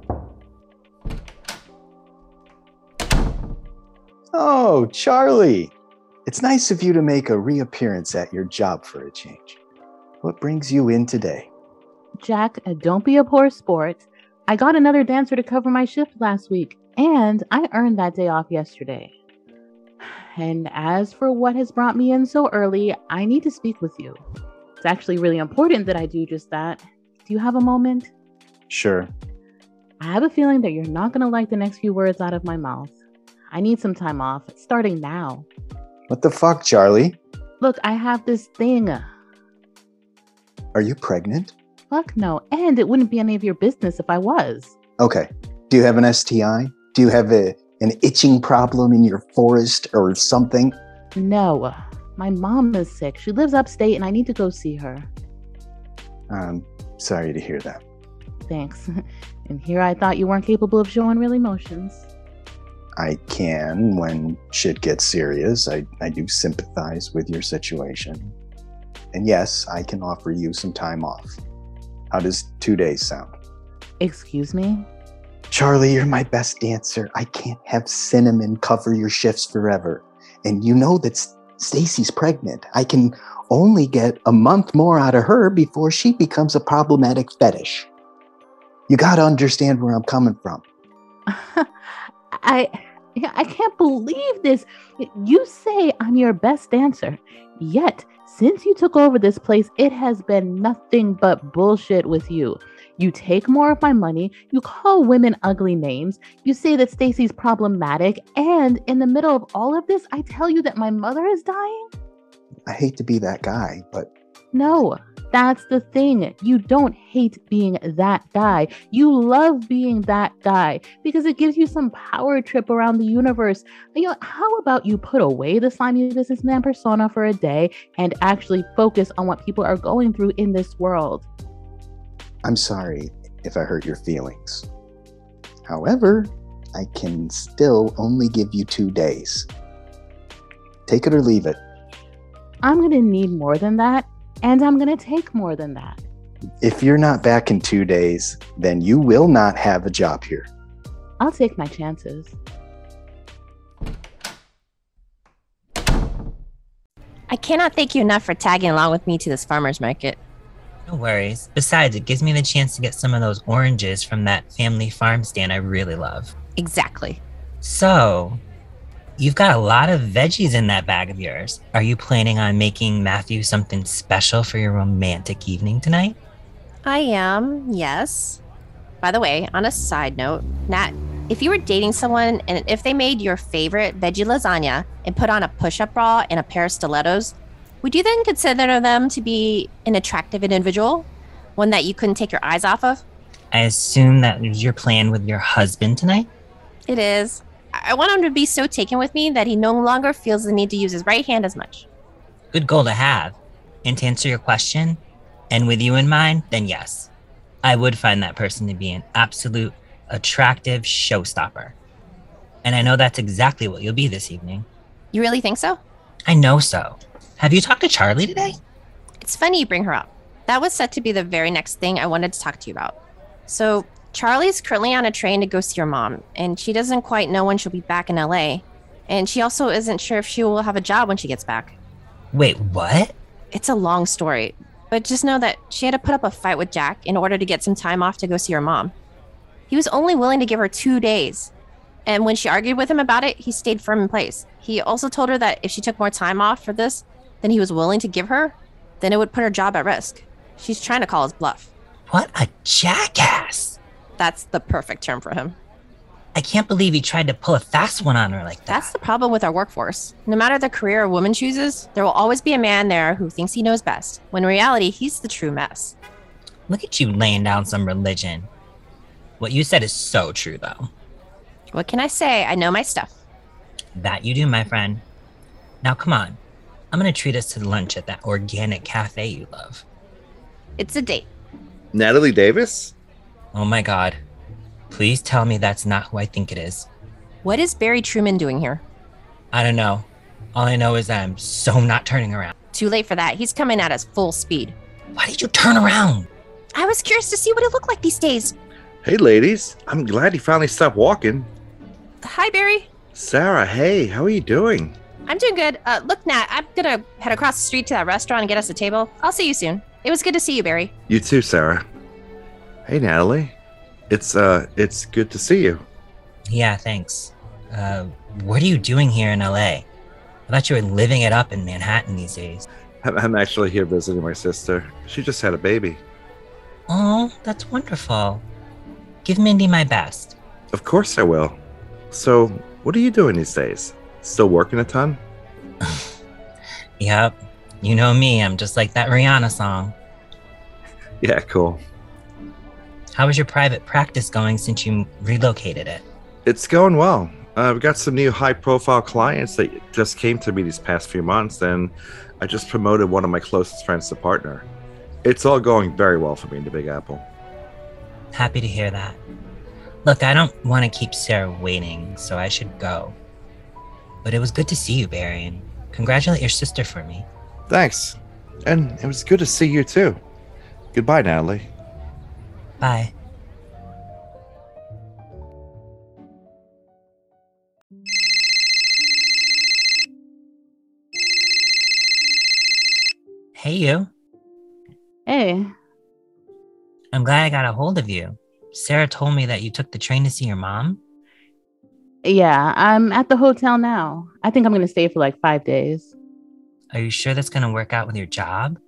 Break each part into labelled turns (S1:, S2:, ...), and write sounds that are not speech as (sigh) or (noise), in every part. S1: Hello, Oh, Charlie. It's nice of you to make a reappearance at your job for a change. What brings you in today?
S2: Jack, uh, don't be a poor sport. I got another dancer to cover my shift last week, and I earned that day off yesterday. And as for what has brought me in so early, I need to speak with you. It's actually really important that I do just that. Do you have a moment?
S1: Sure.
S2: I have a feeling that you're not going to like the next few words out of my mouth. I need some time off, starting now.
S1: What the fuck, Charlie?
S2: Look, I have this thing.
S1: Are you pregnant?
S2: Fuck no. And it wouldn't be any of your business if I was.
S1: Okay. Do you have an STI? Do you have a, an itching problem in your forest or something?
S2: No. My mom is sick. She lives upstate and I need to go see her.
S1: I'm Um, sorry to hear that.
S2: Thanks. (laughs) and here I thought you weren't capable of showing real emotions.
S1: I can when shit gets serious. I, I do sympathize with your situation. And yes, I can offer you some time off. How does two days sound?
S2: Excuse me? (laughs)
S1: Charlie, you're my best dancer. I can't have Cinnamon cover your shifts forever. And you know that S- Stacy's pregnant. I can only get a month more out of her before she becomes a problematic fetish. You gotta understand where I'm coming from.
S2: I I can't believe this. You say I'm your best dancer. Yet, since you took over this place, it has been nothing but bullshit with you. You take more of my money, you call women ugly names, you say that Stacy's problematic, and in the middle of all of this, I tell you that my mother is dying?
S1: I hate to be that guy, but
S2: No. That's the thing. You don't hate being that guy. You love being that guy because it gives you some power trip around the universe. You know, how about you put away the slimy businessman persona for a day and actually focus on what people are going through in this world?
S1: I'm sorry if I hurt your feelings. However, I can still only give you two days. Take it or leave it.
S2: I'm going to need more than that, and I'm going to take more than that.
S1: If you're not back in two days, then you will not have a job here.
S2: I'll take my chances.
S3: I cannot thank you enough for tagging along with me to this farmer's market.
S4: No worries. Besides, it gives me the chance to get some of those oranges from that family farm stand I really love.
S3: Exactly.
S4: So, you've got a lot of veggies in that bag of yours. Are you planning on making Matthew something special for your romantic evening tonight?
S3: I am, yes. By the way, on a side note, Nat, if you were dating someone and if they made your favorite veggie lasagna and put on a push up bra and a pair of stilettos, would you then consider them to be an attractive individual? One that you couldn't take your eyes off of?
S4: I assume that was your plan with your husband tonight?
S3: It is. I I want him to be so taken with me that he no longer feels the need to use his right hand as much.
S4: Good goal to have. And to answer your question, and with you in mind, then yes, I would find that person to be an absolute attractive showstopper. And I know that's exactly what you'll be this evening.
S3: You really think so?
S4: I know so. Have you talked to Charlie today?
S3: It's funny you bring her up. That was set to be the very next thing I wanted to talk to you about. So, Charlie's currently on a train to go see her mom, and she doesn't quite know when she'll be back in LA. And she also isn't sure if she will have a job when she gets back.
S4: Wait, what?
S3: It's a long story, but just know that she had to put up a fight with Jack in order to get some time off to go see her mom. He was only willing to give her two days. And when she argued with him about it, he stayed firm in place. He also told her that if she took more time off for this than he was willing to give her, then it would put her job at risk. She's trying to call his bluff.
S4: What a jackass!
S3: That's the perfect term for him.
S4: I can't believe he tried to pull a fast one on her like that.
S3: That's the problem with our workforce. No matter the career a woman chooses, there will always be a man there who thinks he knows best, when in reality, he's the true mess.
S4: Look at you laying down some religion. What you said is so true, though.
S3: What can I say? I know my stuff.
S4: That you do, my friend. Now, come on. I'm gonna treat us to lunch at that organic cafe you love.
S3: It's a date.
S5: Natalie Davis?
S4: Oh my god. Please tell me that's not who I think it is.
S3: What is Barry Truman doing here?
S4: I don't know. All I know is that I'm so not turning around.
S3: Too late for that. He's coming at us full speed.
S4: Why did you turn around?
S3: I was curious to see what it looked like these days.
S5: Hey, ladies. I'm glad he finally stopped walking.
S3: Hi, Barry.
S5: Sarah, hey, how are you doing?
S3: I'm doing good. Uh, look, Nat, I'm gonna head across the street to that restaurant and get us a table. I'll see you soon. It was good to see you, Barry.
S5: You too, Sarah. Hey, Natalie. It's uh, it's good to see you.
S4: Yeah, thanks. Uh, what are you doing here in LA? I thought you were living it up in Manhattan these days.
S5: I'm- I'm actually here visiting my sister. She just had a baby.
S4: Oh, that's wonderful. Give Mindy my best.
S5: Of course I will. So, what are you doing these days? Still working a ton?
S4: Yep. You know me, I'm just like that Rihanna song.
S5: Yeah, cool.
S4: How is your private practice going since you relocated it?
S5: It's going well. Uh, I've got some new high profile clients that just came to me these past few months, and I just promoted one of my closest friends to partner. It's all going very well for me in the Big Apple.
S4: Happy to hear that. Look, I don't want to keep Sarah waiting, so I should go. But it was good to see you, Barry, and congratulate your sister for me.
S5: Thanks. And it was good to see you too. Goodbye, Natalie.
S4: Bye. Hey, you.
S2: Hey,
S4: I'm glad I got a hold of you. Sarah told me that you took the train to see your mom.
S2: yeah, I'm at the hotel now. I think I'm gonna stay for like five days.
S4: Are you sure that's going to work out with your job?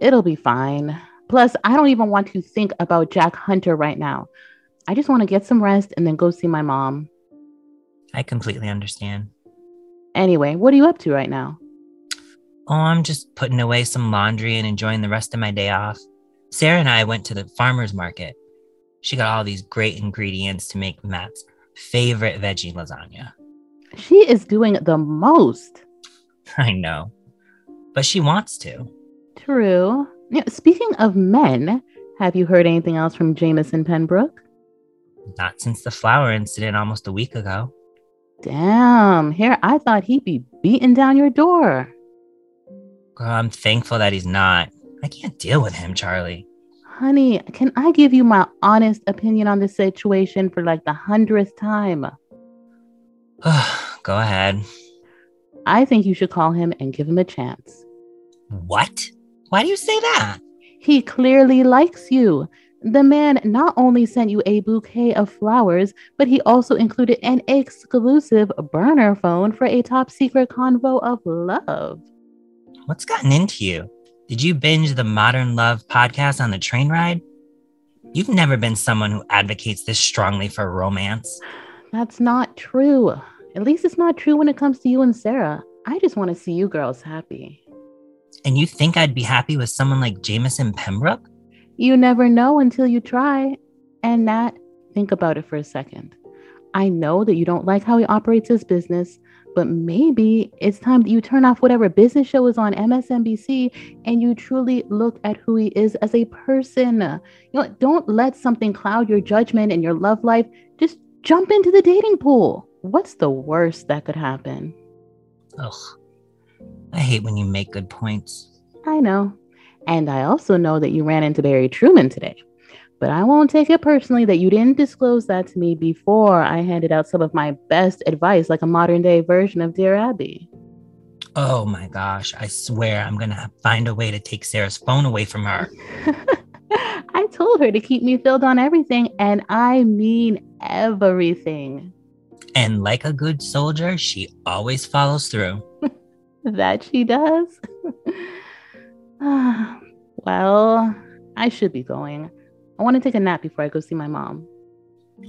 S2: It'll be fine. Plus, I don't even want to think about Jack Hunter right now. I just want to get some rest and then go see my mom.
S4: I completely understand.
S2: Anyway, what are you up to right now?
S4: Oh, I'm just putting away some laundry and enjoying the rest of my day off. Sarah and I went to the farmer's market. She got all these great ingredients to make Matt's favorite veggie lasagna. (laughs)
S2: She is doing the most.
S4: I know, but she wants to.
S2: True. Yeah, speaking of men, have you heard anything else from Jameson Penbrook?
S4: Not since the flower incident almost a week ago.
S2: Damn, here I thought he'd be beating down your door.
S4: Girl, I'm thankful that he's not. I can't deal with him, Charlie. (sighs)
S2: Honey, can I give you my honest opinion on this situation for like the hundredth time?
S4: Go ahead.
S2: I think you should call him and give him a chance.
S4: What? Why do you say that?
S2: He clearly likes you. The man not only sent you a bouquet of flowers, but he also included an exclusive burner phone for a top secret convo of love.
S4: What's gotten into you? Did you binge the Modern Love podcast on the train ride? You've never been someone who advocates this strongly for romance.
S2: That's not true. At least it's not true when it comes to you and Sarah. I just want to see you girls happy.
S4: And you think I'd be happy with someone like Jameson Pembroke?
S2: You never know until you try. And Nat, think about it for a second. I know that you don't like how he operates his business, but maybe it's time that you turn off whatever business show is on MSNBC and you truly look at who he is as a person. You know, don't let something cloud your judgment and your love life. Just jump into the dating pool. What's the worst that could happen?
S4: Ugh. I hate when you make good points.
S2: I know. And I also know that you ran into Barry Truman today. But I won't take it personally that you didn't disclose that to me before I handed out some of my best advice, like a modern day version of Dear Abby. (laughs)
S4: Oh my gosh, I swear I'm gonna find a way to take Sarah's phone away from her.
S2: I told her to keep me filled on everything, and I mean everything.
S4: And like a good soldier, she always follows through.
S2: That she does. (sighs) Ah, well, I should be going. I want to take a nap before I go see my mom.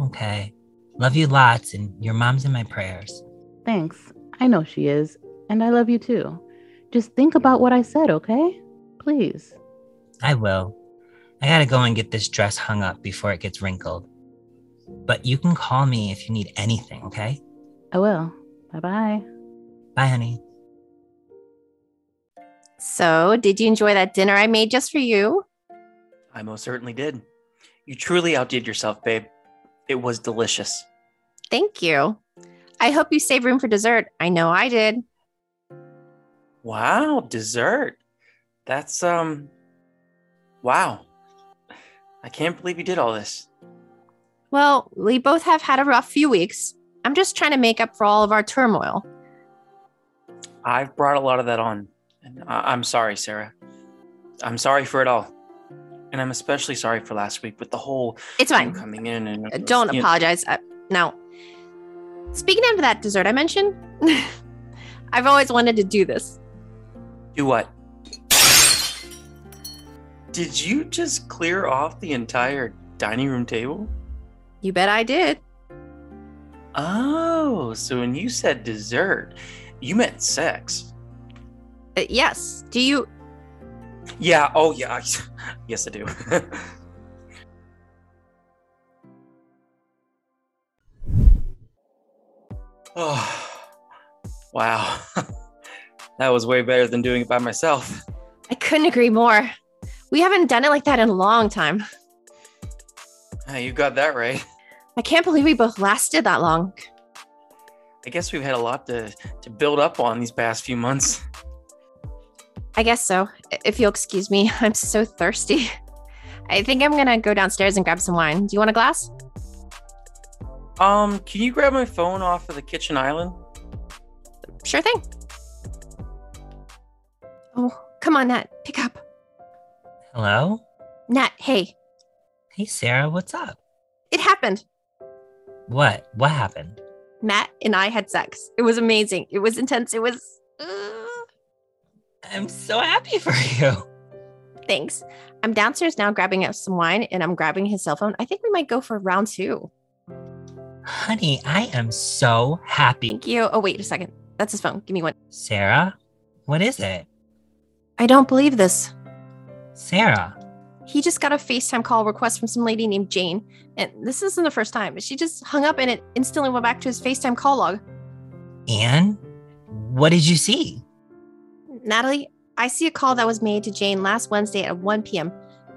S4: Okay. Love you lots, and your mom's in my prayers.
S2: Thanks. I know she is. And I love you too. Just think about what I said, okay? Please.
S4: I will. I gotta go and get this dress hung up before it gets wrinkled. But you can call me if you need anything, okay?
S2: I will. Bye bye.
S4: Bye, honey.
S3: So, did you enjoy that dinner I made just for you?
S6: I most certainly did. You truly outdid yourself, babe. It was delicious.
S3: Thank you. I hope you save room for dessert. I know I did.
S6: Wow, dessert. That's um wow. I can't believe you did all this.
S3: Well, we both have had a rough few weeks, I'm just trying to make up for all of our turmoil.
S6: I've brought a lot of that on. And I- I'm sorry, Sarah. I'm sorry for it all. And I'm especially sorry for last week with the whole
S3: It's
S6: you know,
S3: fine.
S6: coming in and
S3: Uh, Don't
S6: you know,
S3: apologize. Uh, now, speaking of that dessert I mentioned, (laughs) I've always wanted to do this.
S6: Do what? Did you just clear off the entire dining room table?
S3: You bet I did.
S6: Oh, so when you said dessert, you meant sex.
S3: Uh, yes. Do you?
S6: Yeah, oh yeah. yes, I (laughs) do. oh, wow. (laughs) that was way better than doing it by myself. (laughs)
S3: I couldn't agree more. We haven't done it like that in a long time.
S6: Uh, You got that right.
S3: I can't believe we both lasted that long.
S6: I guess we've had a lot to, to build up on these past few months.
S3: I guess so. I- If you'll excuse me, (laughs) I'm so thirsty. I think I'm gonna go downstairs and grab some wine. Do you want a glass?
S6: Um, can you grab my phone off of the kitchen island?
S3: Sure thing. Oh, come on, Nat. Pick up.
S4: Hello?
S3: Nat, hey,
S4: Hey, Sarah, what's up?
S3: it happened.
S4: What? What happened?
S3: Matt and I had sex. It was amazing. It was intense. It was. uh, Ugh.
S4: I'm so happy for (laughs) you.
S3: thanks. I'm downstairs now grabbing up some wine and I'm grabbing his cell phone. I think we might go for round two.
S4: Honey, I am so happy.
S3: Thank you. Oh, wait a second. That's his phone. Give me one.
S4: Sarah, what is it?
S3: I don't believe this.
S4: Sarah,
S3: He just got a FaceTime call request from some lady named Jane. And this isn't the first time. She just hung up and it instantly went back to his FaceTime call log.
S4: Anne, what did you see?
S3: Natalie, I see a call that was made to Jane last Wednesday at 1 p.m.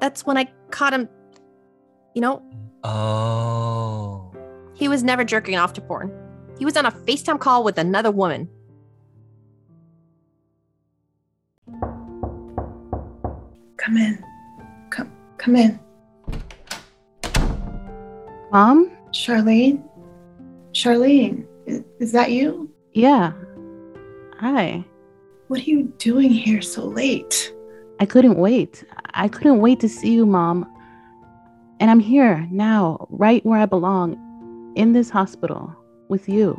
S3: That's when I caught him. You know,
S4: Oh,
S3: he was never jerking off to porn. He was on a FaceTime call with another woman.
S7: Come in. Come come in.
S2: Mom?
S7: Charlene? Charlene, i- is that you?
S2: Yeah. Hi.
S7: What are you doing here so late?
S2: I couldn't wait. I couldn't wait to see you, Mom. And I'm here now, right where I belong, in this hospital with you.